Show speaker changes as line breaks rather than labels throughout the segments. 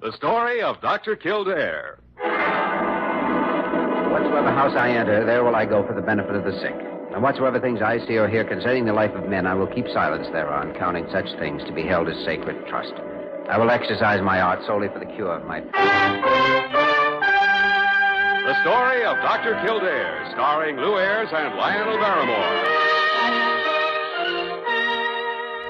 The story of Dr. Kildare.
Whatsoever house I enter, there will I go for the benefit of the sick. And whatsoever things I see or hear concerning the life of men, I will keep silence thereon, counting such things to be held as sacred trust. I will exercise my art solely for the cure of my.
The story of Dr. Kildare, starring Lou Ayres and Lionel Barrymore.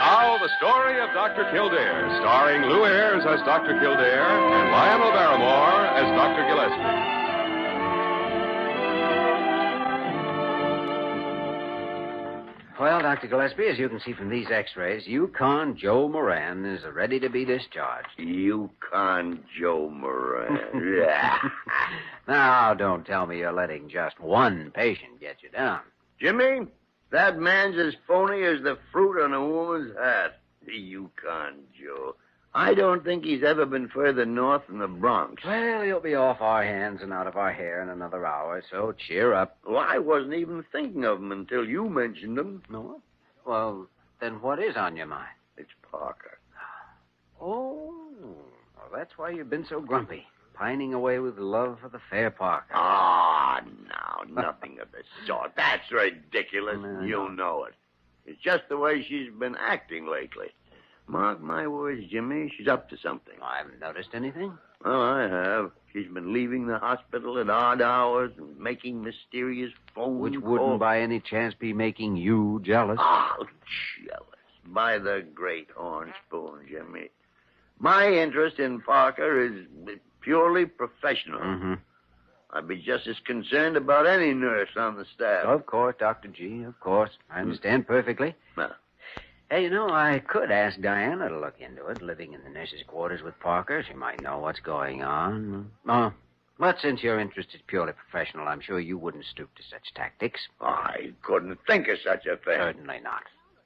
Now, the story of Dr. Kildare, starring Lou Ayres as Dr. Kildare and Lionel Barrymore as Dr. Gillespie.
Well, Dr. Gillespie, as you can see from these x rays, Yukon Joe Moran is ready to be discharged.
Yukon Joe Moran.
Now, don't tell me you're letting just one patient get you down.
Jimmy, that man's as phony as the fruit on a woman's hat. The Yukon Joe. I don't think he's ever been further north than the Bronx.
Well, you'll be off our hands and out of our hair in another hour, so cheer up.
Well, I wasn't even thinking of him until you mentioned him.
No? Well, then what is on your mind?
It's Parker.
Oh, well, that's why you've been so grumpy, pining away with love for the fair Parker.
Ah, no, nothing of the sort. That's ridiculous.
No,
you know it. It's just the way she's been acting lately. Mark my words, Jimmy. She's up to something.
I haven't noticed anything.
Well, I have. She's been leaving the hospital at odd hours and making mysterious phone
Which
calls.
wouldn't by any chance be making you jealous.
Oh, jealous. By the great horn spoon, Jimmy. My interest in Parker is purely professional.
Mm-hmm.
I'd be just as concerned about any nurse on the staff.
Of course, Dr. G, of course. I understand perfectly.
Well.
Hey, you know, I could ask Diana to look into it, living in the nurse's quarters with Parker. She might know what's going on. Oh, but since your interest is purely professional, I'm sure you wouldn't stoop to such tactics.
I couldn't think of such a thing.
Certainly not.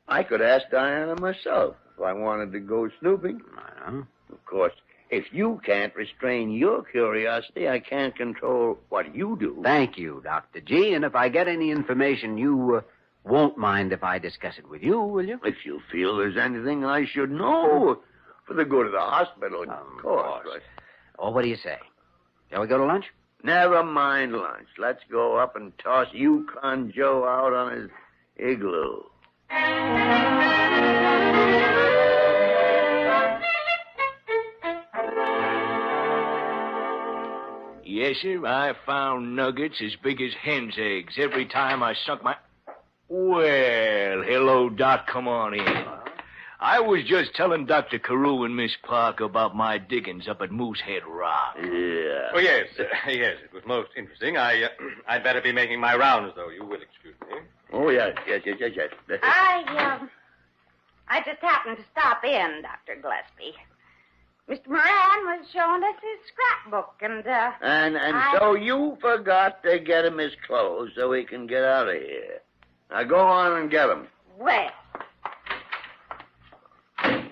I could ask Diana myself if I wanted to go snooping.
I know.
Of course, if you can't restrain your curiosity, I can't control what you do.
Thank you, Dr. G. And if I get any information, you uh, won't mind if I discuss it with you, will you?
If you feel there's anything I should know, for the good of the hospital, of
Of
course.
course. Or what do you say? Shall we go to lunch?
Never mind lunch. Let's go up and toss Yukon Joe out on his igloo.
Yes, sir. I found nuggets as big as hen's eggs every time I sunk my. Well, hello, Doc. Come on in. I was just telling Dr. Carew and Miss Park about my diggings up at Moosehead Rock.
Yeah.
Oh, yes, uh, yes, it was most interesting. I, uh, I'd better be making my rounds, though. You will excuse me.
Oh, yes, yes, yes, yes, yes. That's it.
I, um, I just happened to stop in, Dr. Gillespie. Mr. Moran was showing us his scrapbook, and, uh.
And and
I-
so you forgot to get him his clothes so he can get out of here. Now go on and get him.
Well,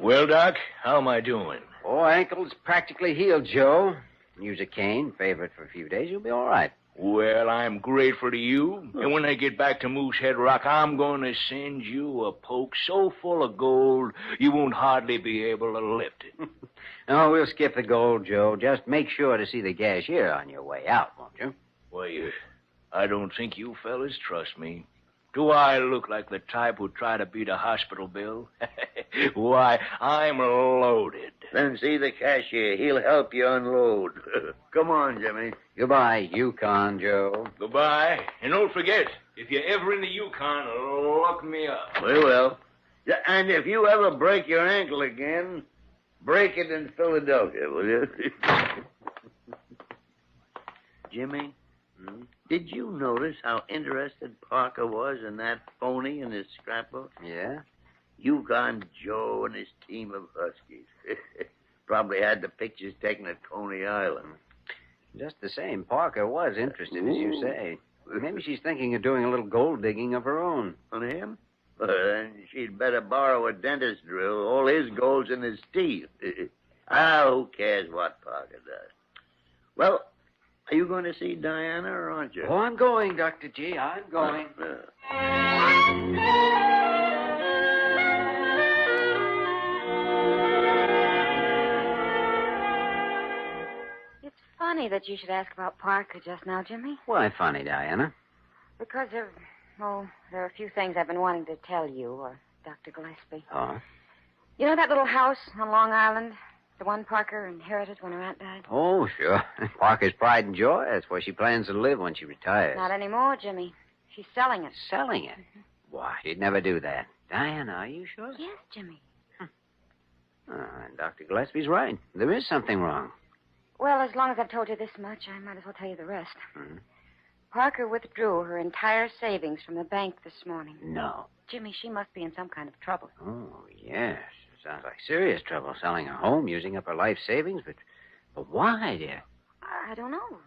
Well, Doc, how am I doing?
Oh, ankle's practically healed, Joe. Use a cane, favor it for a few days, you'll be all right.
Well, I'm grateful to you. And when I get back to Moosehead Rock, I'm going to send you a poke so full of gold you won't hardly be able to lift it.
No, we'll skip the gold, Joe. Just make sure to see the cashier on your way out, won't you?
Why, uh, I don't think you fellas trust me. Do I look like the type who'd try to beat a hospital bill? Why, I'm loaded.
Then see the cashier. He'll help you unload. Come on, Jimmy.
Goodbye, Yukon, Joe.
Goodbye. And don't forget, if you're ever in the Yukon, look me up.
We will. Yeah, And if you ever break your ankle again, break it in Philadelphia, will you? Jimmy,
Hmm?
did you notice how interested Parker was in that phony and his scrapbook?
Yeah?
Yukon Joe and his team of Huskies. Probably had the pictures taken at Coney Island.
Just the same, Parker was interested, as you say. Maybe she's thinking of doing a little gold digging of her own.
On him? Well, then uh, she'd better borrow a dentist drill. All his gold's in his teeth. ah, who cares what Parker does? Well, are you going to see Diana or aren't you?
Oh, I'm going, Dr. G. I'm going.
Uh,
it's funny that you should ask about Parker just now, Jimmy,
Why funny, Diana?
because of, oh, there are a few things I've been wanting to tell you or Dr. Gillespie.
Oh.
You know that little house on Long Island? The one Parker inherited when her aunt died?
Oh, sure. Parker's pride and joy. That's where she plans to live when she retires.
Not anymore, Jimmy. She's selling it.
Selling it.
Mm-hmm.
Why, she'd never do that. Diana, are you sure?
Yes, Jimmy.
Ah, and Dr. Gillespie's right. There is something wrong.
Well, as long as I've told you this much, I might as well tell you the rest.
Hmm.
Parker withdrew her entire savings from the bank this morning.
No.
Jimmy, she must be in some kind of trouble.
Oh, yes. It sounds like serious trouble selling her home, using up her life savings, but, but why, dear?
I don't know.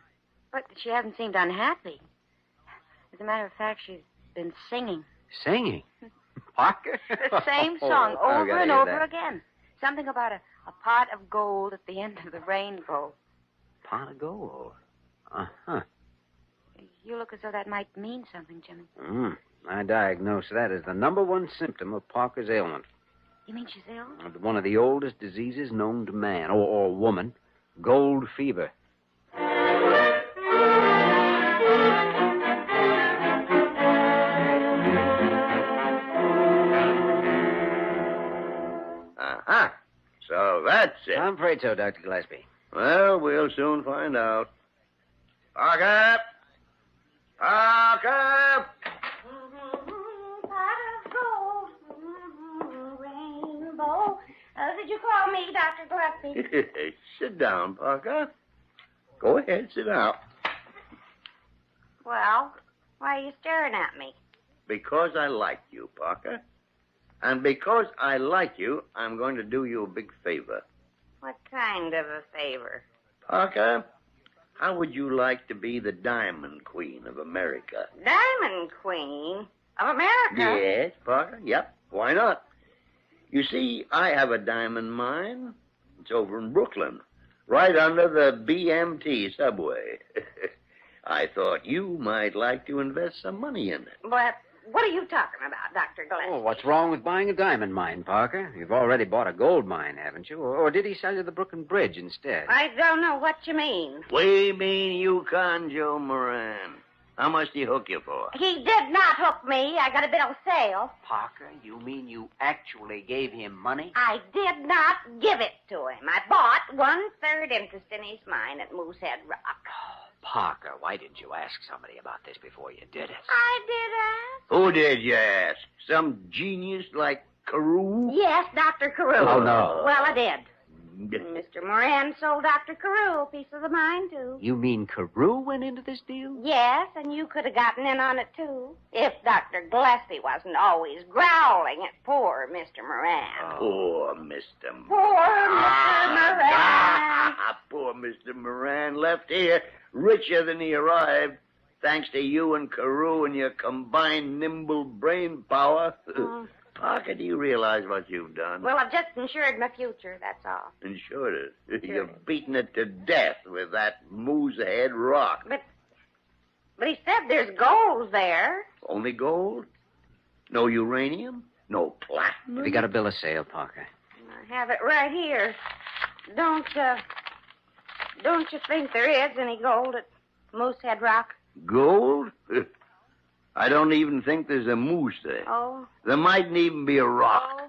But she hasn't seemed unhappy. As a matter of fact, she's been singing
Singing. Parker?
the same
Oh,
song
I
over
gotta
and
hear
over
that.
again. Something about a, a pot of gold at the end of the rainbow.
Pot of gold. Uh huh.
You look as though that might mean something, Jimmy.
Mm. I diagnose that as the number one symptom of Parker's ailment.
You mean she's ill?
One of the oldest diseases known to man, or, or woman, gold fever.
uh-huh. So that's it.
I'm afraid so, Dr. Gillespie.
Well, we'll soon find out. Parker! Parker!
Rainbow. Uh, did you call me, Dr. Gillespie?
sit down, Parker. Go ahead, sit down.
Well, why are you staring at me?
Because I like you, Parker. And because I like you, I'm going to do you a big favor.
What kind of a favor?
Parker, how would you like to be the Diamond Queen of America?
Diamond Queen of America.
Yes, Parker. Yep. Why not? You see, I have a diamond mine. It's over in Brooklyn, right under the BMT subway. I thought you might like to invest some money in it.
But what are you talking about, Dr. Gillespie?
Oh, what's wrong with buying a diamond mine, Parker? You've already bought a gold mine, haven't you? Or, or did he sell you the Brooklyn Bridge instead?
I don't know what you mean.
We mean Yukon Joe Moran. How much do you hook you for?
He did not hook me. I got a bit on sale.
Parker, you mean you actually gave him money?
I did not give it to him. I bought one third interest in his mine at Moosehead Rock.
Parker, why didn't you ask somebody about this before you did it?
I did
Who did you ask? Some genius like Carew?
ask. Yes, Dr. Carew.
Oh, no. Mm,
Well, I did.
mind.
Mr. Moran sold Dr. Carew a piece of the mine, too.
You mean Carew went into this deal?
Yes, and you could have gotten in on it, too, if Dr. Gillespie wasn't always growling at poor Mr.
Oh.
Moran.
Poor Mr. Moran.
Poor Mr. Moran.
Ah, poor Mr. Moran left here richer than he arrived, thanks to you and Carew and your combined nimble brain power.
Uh-huh.
Mm.
Parker, do you realize what you've done?
Well, I've just insured my future, that's all.
and sure it. You've beaten it to death with that moose head rock.
But, but he said there's gold there.
Only gold? No uranium? No platinum?
Have you got a bill of sale, Parker?
I have it right here. Don't, uh, don't you think there is any gold at Moosehead Rock?
Gold? I don't even think there's a moose there.
Oh,
There mightn't even be a rock.
oh.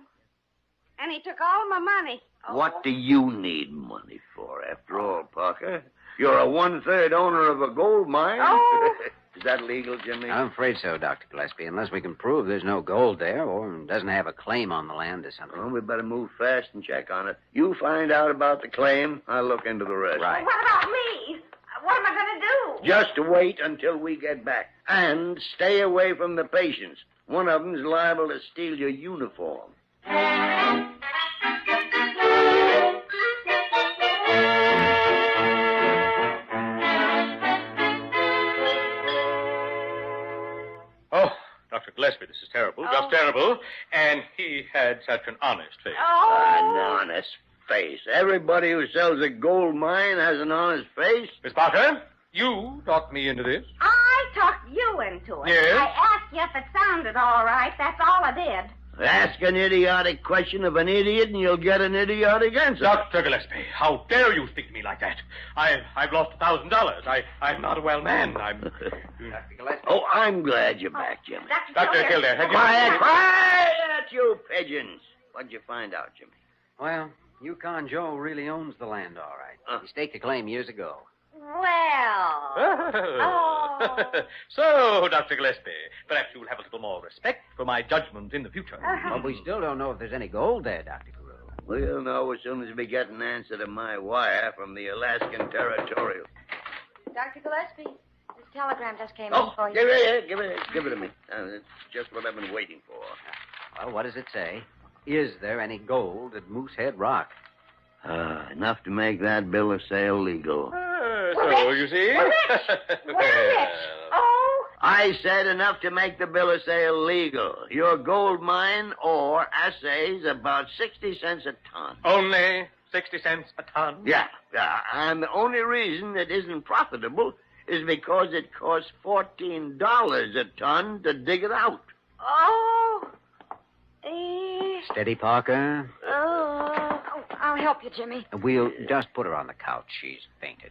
And he took all my money. Oh.
What do you need money for, after all, Parker? You're a one third owner of a gold mine.
Oh.
Is that legal, Jimmy?
I'm afraid so, Dr. Gillespie, unless we can prove there's no gold there or doesn't have a claim on the land or something.
Well, we better move fast and check on it. You find out about the claim, I'll look into the rest.
Right.
What about me? What am I going to do?
Just wait until we get back. And stay away from the patients. One of them's liable to steal your uniform.
Oh, Dr. Gillespie, this is terrible,
Oh.
just terrible. And he had such an honest face.
An
Oh,
honest face. Everybody who sells a gold mine has an honest face.
Miss Parker, you talked me into this.
I talked you into it.
Yes?
I asked you if it sounded all right. That's all I did.
Ask an idiotic question of an idiot, and you'll get an idiotic answer.
Dr. Gillespie, how dare you speak to me like that? I, I've lost a thousand dollars. I, I'm not a well man. I'm.
Oh, I'm glad you're back, Jimmy.
Dr.
Dr. Kildare, have you-
Quiet, quiet, you pigeons. What'd you find out, Jimmy?
Well, Yukon Joe really owns the land, all right.
Huh.
He staked a claim years ago.
Well, Oh.
so, Dr. Gillespie, perhaps you'll have a little more respect for my judgment in the future. Uh,
But Uh-huh. we still don't know if there's any gold there, Dr. Carew.
We'll know as soon as we get an answer to my wire from the Alaskan Territorial.
Dr. Gillespie, this telegram just came
Oh,
in for you.
give it here, give it here, give it to me. Uh, it's just what I've been waiting for.
Well, what does it say? Is there any gold at Moosehead Rock?
Ah, enough to make that bill of sale legal.
Ah,
We're
so,
rich.
you see.
We're rich. We're rich. Oh,
I said enough to make the bill of sale legal. Your gold mine or assays about 60 cents a ton.
Only 60 cents a ton.
Yeah, yeah. And the only reason it isn't profitable is because it costs $14 a ton to dig it out.
oh. Eh,
Steady, Parker.
oh. Oh, I'll help you, Jimmy.
We'll just put her on the couch. She's fainted.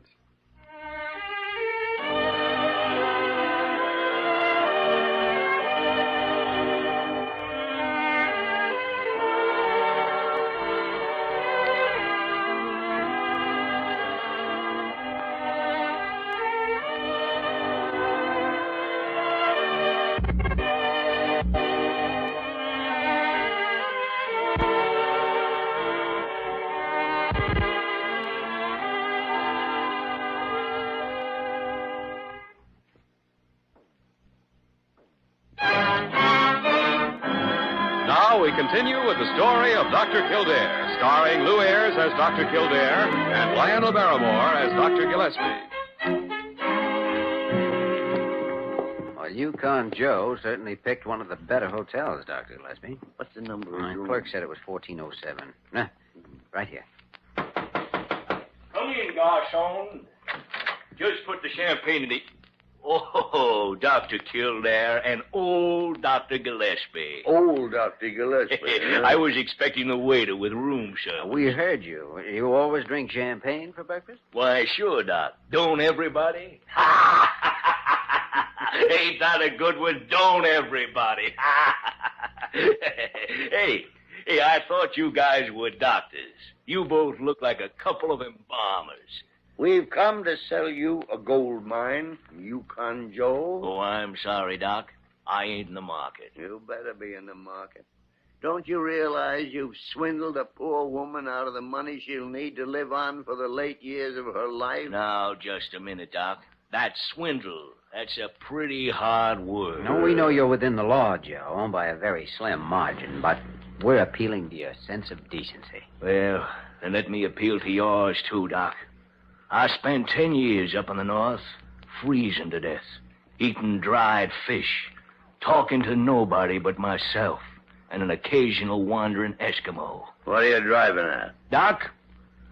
Now we continue with the story of Dr. Kildare, starring Lou Ayres as Dr. Kildare and Lionel Barrymore as Dr. Gillespie.
Well, Yukon Joe certainly picked one of the better hotels, Dr. Gillespie.
What's the number?
My clerk said it was 1407. Nah, right here.
Come in, Garson. Just put the champagne in the. Oh, Dr. Kildare and old Dr. Gillespie.
Old Dr. Gillespie.
I was expecting the waiter with room service.
We heard you. You always drink champagne for breakfast?
Why, sure, Doc. Don't everybody? Ain't that a good one? Don't everybody? hey, Hey, I thought you guys were doctors. You both look like a couple of embalmers.
We've come to sell you a gold mine, Yukon Joe.
Oh, I'm sorry, Doc. I ain't in the market.
You better be in the market. Don't you realize you've swindled a poor woman out of the money she'll need to live on for the late years of her life?
Now, just a minute, Doc. That's swindle. That's a pretty hard word.
No, we know you're within the law, Joe, by a very slim margin, but we're appealing to your sense of decency.
Well, then let me appeal to yours, too, Doc. I spent ten years up in the North, freezing to death, eating dried fish, talking to nobody but myself, and an occasional wandering Eskimo.
What are you driving at?
Doc,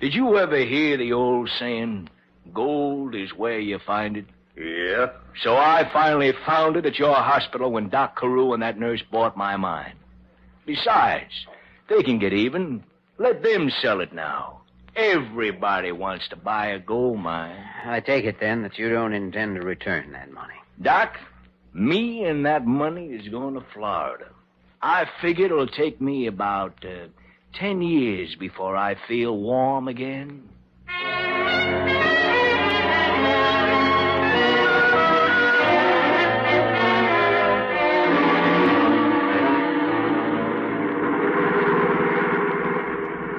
did you ever hear the old saying, gold is where you find it?
Yeah.
So I finally found it at your hospital when Doc Carew and that nurse bought my mine. Besides, they can get even. Let them sell it now. Everybody wants to buy a gold mine.
I take it, then, that you don't intend to return that money.
Doc, me and that money is going to Florida. I figure it'll take me about uh, ten years before I feel warm again.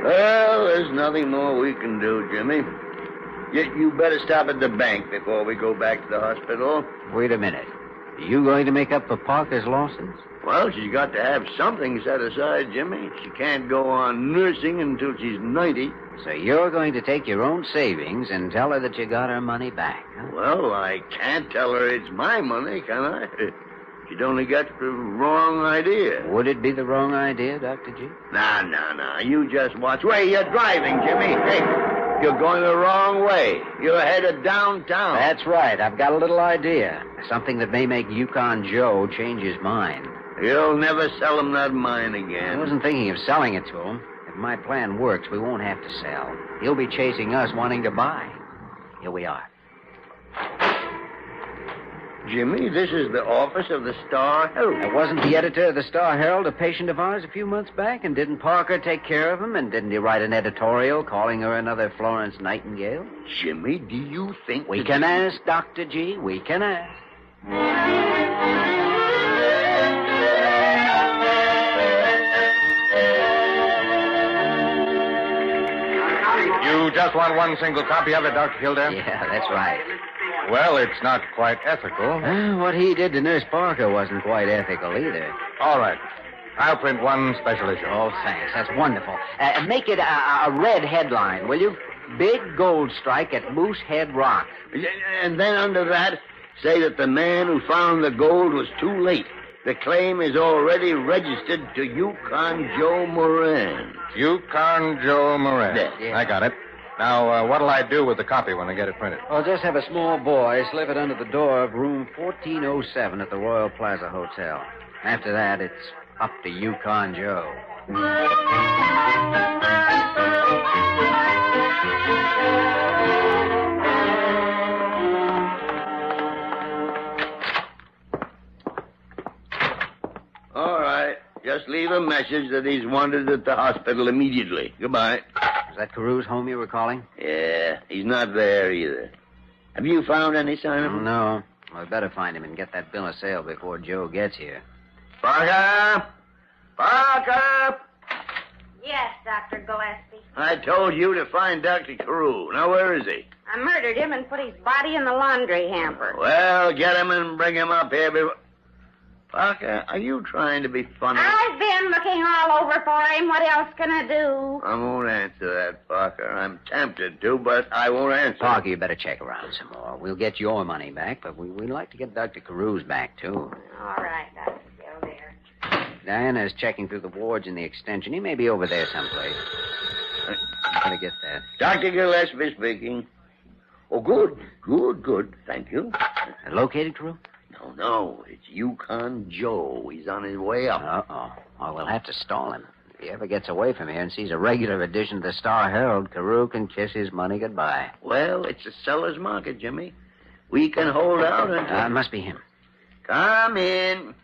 Well, there's nothing more we can do, Jimmy. You, you better stop at the bank before we go back to the hospital.
Wait a minute. Are you going to make up for Parker's losses?
Well, she's got to have something set aside, Jimmy. She can't go on nursing until she's 90.
So you're going to take your own savings and tell her that you got her money back, huh?
Well, I can't tell her it's my money, can I? She'd only got the wrong idea.
Would it be the wrong idea, Dr. G?
Nah, nah, nah. You just watch where you're driving, Jimmy. Hey, you're going the wrong way. You're headed downtown.
That's right. I've got a little idea. Something that may make Yukon Joe change his mind.
You'll never sell him that mine
I
again.
wasn't thinking of selling it to him. If my plan works, we won't have to sell. He'll be chasing us wanting to buy. Here we are.
Jimmy, this is the office of the Star Herald.
Now, wasn't the editor of the Star Herald a patient of ours a few months back? And didn't Parker take care of him? And didn't he write an editorial calling her another Florence Nightingale?
Jimmy, do you think
We
that-
can ask, Dr. G. We can ask.
You just want one single copy of it, Dr. Kildare?
Yeah, that's right.
Well, it's not quite ethical.
Uh, what he did to Nurse Parker wasn't quite ethical either.
All right. I'll print one special issue.
Oh, thanks. That's wonderful. Uh, make it a, a red headline, will you? Big gold strike at Moosehead Rock.
And then under that, say that the man who found the gold was too late. The claim is already registered to Yukon Joe Moran.
Yukon Joe Moran.
Yeah.
I got it. Now, uh, what'll I do with the copy when I get it printed?
Well, just have a small boy slip it under the door of room 1407 at the Royal Plaza Hotel. After that, it's up to Yukon Joe.
All right. Just leave a message that he's wanted at the hospital immediately. Goodbye.
Is that Carew's home you were calling?
Yeah, he's not there either. Have you found any sign of him?
No. Well, we better find him and get that bill of sale before Joe gets here.
Parker! Parker!
Yes, Dr. Gillespie.
I told you to find Dr. Carew. Now, where is he?
I murdered him and put his body in the laundry hamper.
Well, get him and bring him up here before. Parker, are you trying to be funny?
I've been looking all over for him. What else can I do?
I won't answer that, Parker. I'm tempted to, but I won't answer.
Parker, you better check around some more. We'll get your money back, but we, we'd like to get Dr. Carew's back, too.
All right, Dr. Kildare.
Diana's checking through the wards in the extension. He may be over there someplace. Gotta get that.
Dr. Gillespie speaking. Oh, good, good, good. Thank you.
Uh, Located, Carew?
No, no, it's Yukon Joe. He's on his way up.
Uh-oh. Well, we'll have to stall him. If he ever gets away from here and sees a regular edition to the Star Herald, Carew can kiss his money goodbye.
Well, it's a seller's market, Jimmy. We can hold out
Uh, it
until.
must be him.
Come in.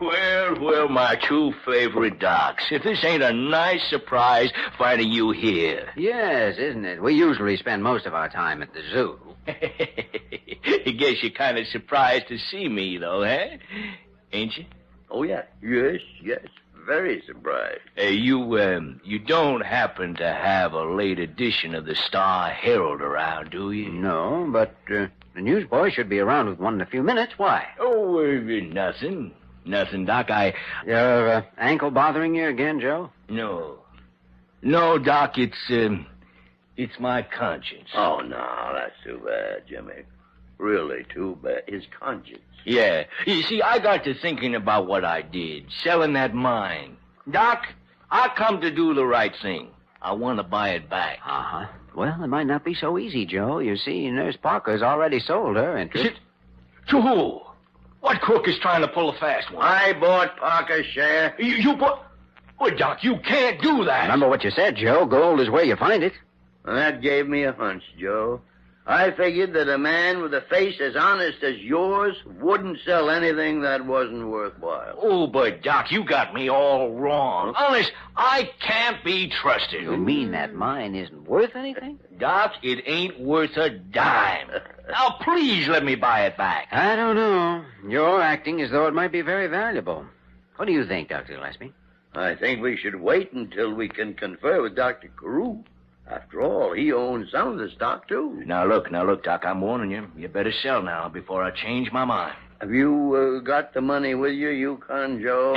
Well, well, my two favorite docs. If this ain't a nice surprise finding you here.
Yes, isn't it? We usually spend most of our time at the zoo.
I guess you're kind of surprised to see me, though, huh? Ain't you?
Oh, yeah. Yes, yes. Very surprised.
Hey, you, um, you don't happen to have a late edition of the Star Herald around, do you?
No, but uh, the newsboy should be around with one in a few minutes. Why?
Oh, uh, nothing. Nothing, Doc. I.
Your uh, ankle bothering you again, Joe?
No. No, Doc, it's, um, it's my conscience.
Oh, no, that's too bad, Jimmy. Really too bad. His conscience.
Yeah. You see, I got to thinking about what I did, selling that mine. Doc, I come to do the right thing. I want to buy it back.
Uh huh. Well, it might not be so easy, Joe. You see, Nurse Parker's already sold her interest.
Shit. To who? What crook is trying to pull a fast one?
I bought Parker's share.
You, you bought. Well, Doc, you can't do that.
Remember what you said, Joe. Gold is where you find it.
And that gave me a hunch, Joe. I figured that a man with a face as honest as yours wouldn't sell anything that wasn't worthwhile.
Oh, but Doc, you got me all wrong. Honest, I can't be trusted.
You mean that mine isn't worth anything?
Doc, it ain't worth a dime. Now, please let me buy it back.
I don't know. You're acting as though it might be very valuable. What do you think, Dr. Gillespie?
I think we should wait until we can confer with Dr. Carew. After all, he owns some of the stock, too.
Now, look, now, look, Doc, I'm warning you. You better sell now before I change my mind.
Have you uh, got the money with you, Yukon Joe?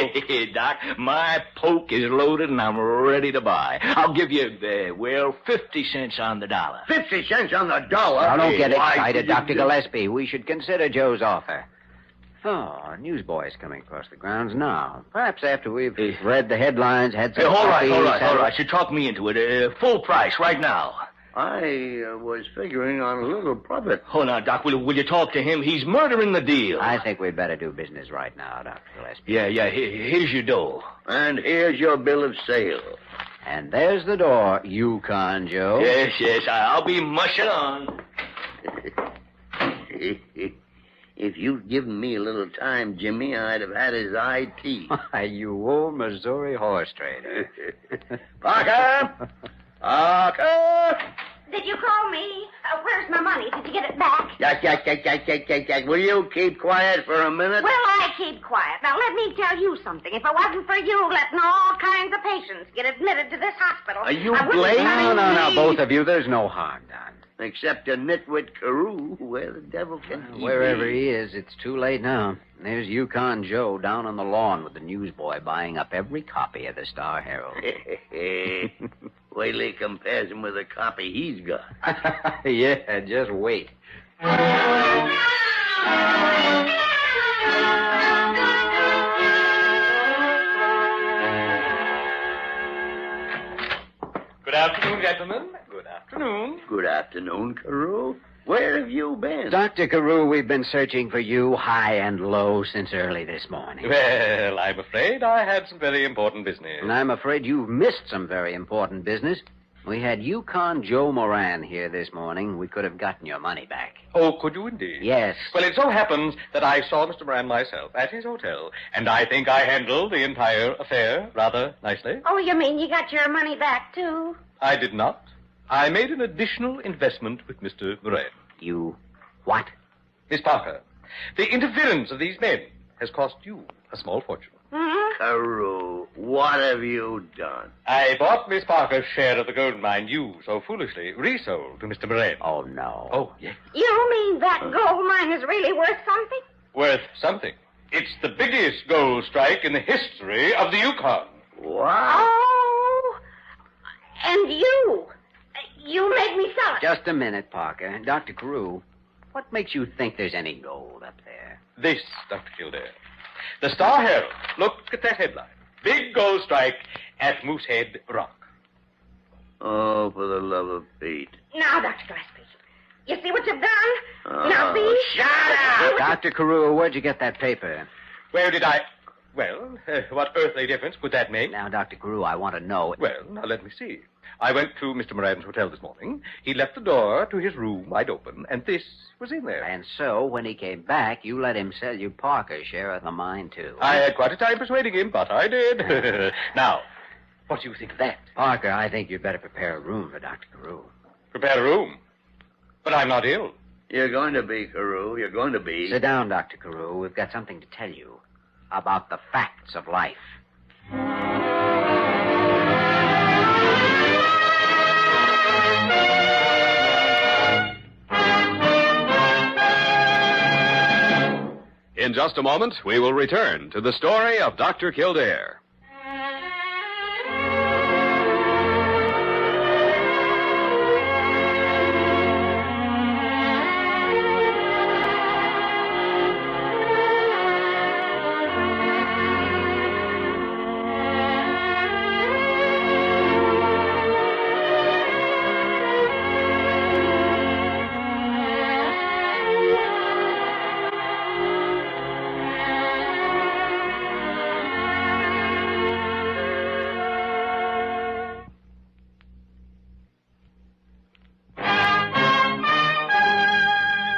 Doc, my poke is loaded and I'm ready to buy. I'll give you, uh, well, 50 cents on the dollar.
Fifty cents on the dollar.
Now, don't
Hey,
get
why
excited,
did you
Dr.
do-
Gillespie. We should consider Joe's offer. Oh, our newsboy's coming across the grounds now. Perhaps after we've
Eh.
read the headlines, had some
Hey, all right,
coffee,
all right, all
sandwich-
right. You talk me into it. Uh, full price right now.
I uh, was figuring on a little profit.
Oh, now, Doc, will, will you talk to him? He's murdering the deal.
I think we'd better do business right now, Dr. Gillespie.
Yeah, yeah, here, here's your dough.
And here's your bill of sale.
And there's the door, Yukon Joe.
Oh. Yes, yes, I- I'll be mushing on.
if you'd given me a little time, Jimmy, I'd have had his IT.
Why, you old Missouri horse trader.
Parker! Parker!
Did you call me? Uh, where's my money? Did you get it back?
Yak, yak, yak, yak, yak, yak, yak. Will you keep quiet for a minute?
Well, I keep quiet. Now, let me tell you something. If it wasn't for you letting all kinds of patients get admitted to this hospital,
Are you
I wouldn't have
blaming-
married
No, no, no,
you.
both of you. There's no harm done.
Except a nitwit Carew, where the devil can he
Wherever
be?
he is, it's too late now. There's Yukon Joe down on the lawn with the newsboy buying up every copy of the Star Herald.
Wait till he compares him with the copy he's got.
yeah, just wait.
Good afternoon, gentlemen. Good afternoon.
Good afternoon, Carew. Where have you been?
Dr. Carew, we've been searching for you high and low since early this morning.
Well, I'm afraid I had some very important business.
And I'm afraid you've missed some very important business. We had Yukon Joe Moran here this morning. We could have gotten your money back.
Oh, could you indeed?
Yes.
Well, it so happens that I saw Mr. Moran myself at his hotel, and I think I handled the entire affair rather nicely.
Oh, you mean you got your money back, too?
I did not. I made an additional investment with Mr. Moran.
You what?
Miss Parker, the interference of these men has cost you a small fortune.
Hmm?
Carew, what have you done?
I bought Miss Parker's share of the gold mine you so foolishly resold to Mr. Moran.
Oh no.
Oh, yes.
You mean that gold mine is really worth something?
Worth something. It's the biggest gold strike in the history of the Yukon.
What?
Oh, and you. You made me sell it.
Just a minute, Parker. Dr. Carew, what makes you think there's any gold up there?
This, Dr. Kildare. The Star Herald. Look at that headline. Big gold strike at Moosehead Rock.
Oh, for the love of Pete.
Now, Dr. Gillespie, you see what you've done?
Oh,
now, see?
shut up!
Dr. Carew, where'd you get that paper?
Where did I... Well, uh, what earthly difference could that make?
Now, Dr. Carew, I want to know.
Well, now let me see. I went to Mr. Moran's hotel this morning. He left the door to his room wide open, and this was in there.
And so, when he came back, you let him sell you Parker, share of the mine, too.
I had quite a time persuading him, but I did. now, what do you think of that?
Parker, I think you'd better prepare a room for Dr. Carew.
Prepare a room. But I'm not ill.
You're going to be, Carew. You're going to be.
Sit down, Dr. Carew. We've got something to tell you about the facts of life.
In just a moment, we will return to the story of Dr. Kildare.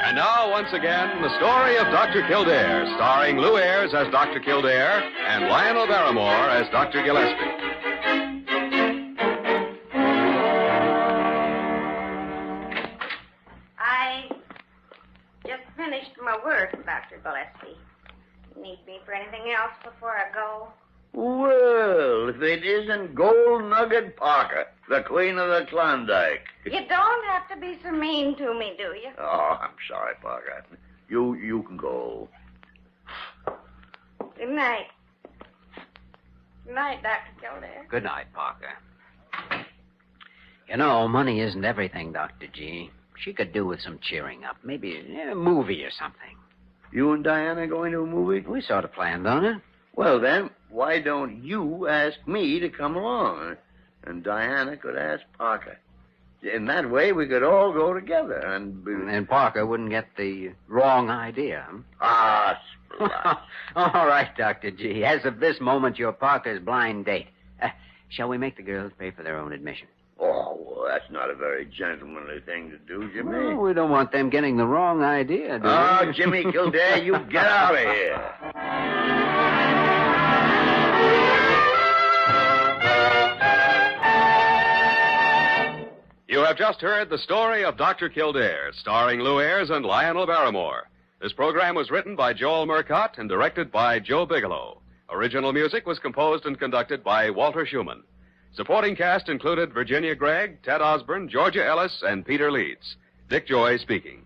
And now, once again, the story of Dr. Kildare, starring Lou Ayres as Dr. Kildare and Lionel Barrymore as Dr. Gillespie.
I just finished my work, Dr. Gillespie. Need me for anything else before I go?
Well, if it isn't Gold Nugget Parker, the queen of the Klondike.
You don't have to be so mean to me, do you?
Oh, I'm sorry, Parker. You you can go.
Good night. Good night, Dr. Kildare.
Good night, Parker. You know, money isn't everything, Dr. G. She could do with some cheering up. Maybe eh, a movie or something.
You and Diana going to a movie?
We sort of planned on it.
Well, then, why don't you ask me to come along? And Diana could ask Parker. In that way, we could all go together and. Be...
And Parker wouldn't get the wrong idea. hmm?
Ah, splat.
All right, Dr. G. As of this moment, you're Parker's blind date. Uh, shall we make the girls pay for their own admission?
oh, well, that's not a very gentlemanly thing to do, Jimmy.
Well, we don't want them getting the wrong idea, do we?
Oh, Jimmy Kildare, you get out of here.
You have just heard the story of Dr. Kildare, starring Lou Ayres and Lionel Barrymore. This program was written by Joel Murcott and directed by Joe Bigelow. Original music was composed and conducted by Walter Schumann. Supporting cast included Virginia Gregg, Ted Osborne, Georgia Ellis, and Peter Leeds. Dick Joy speaking.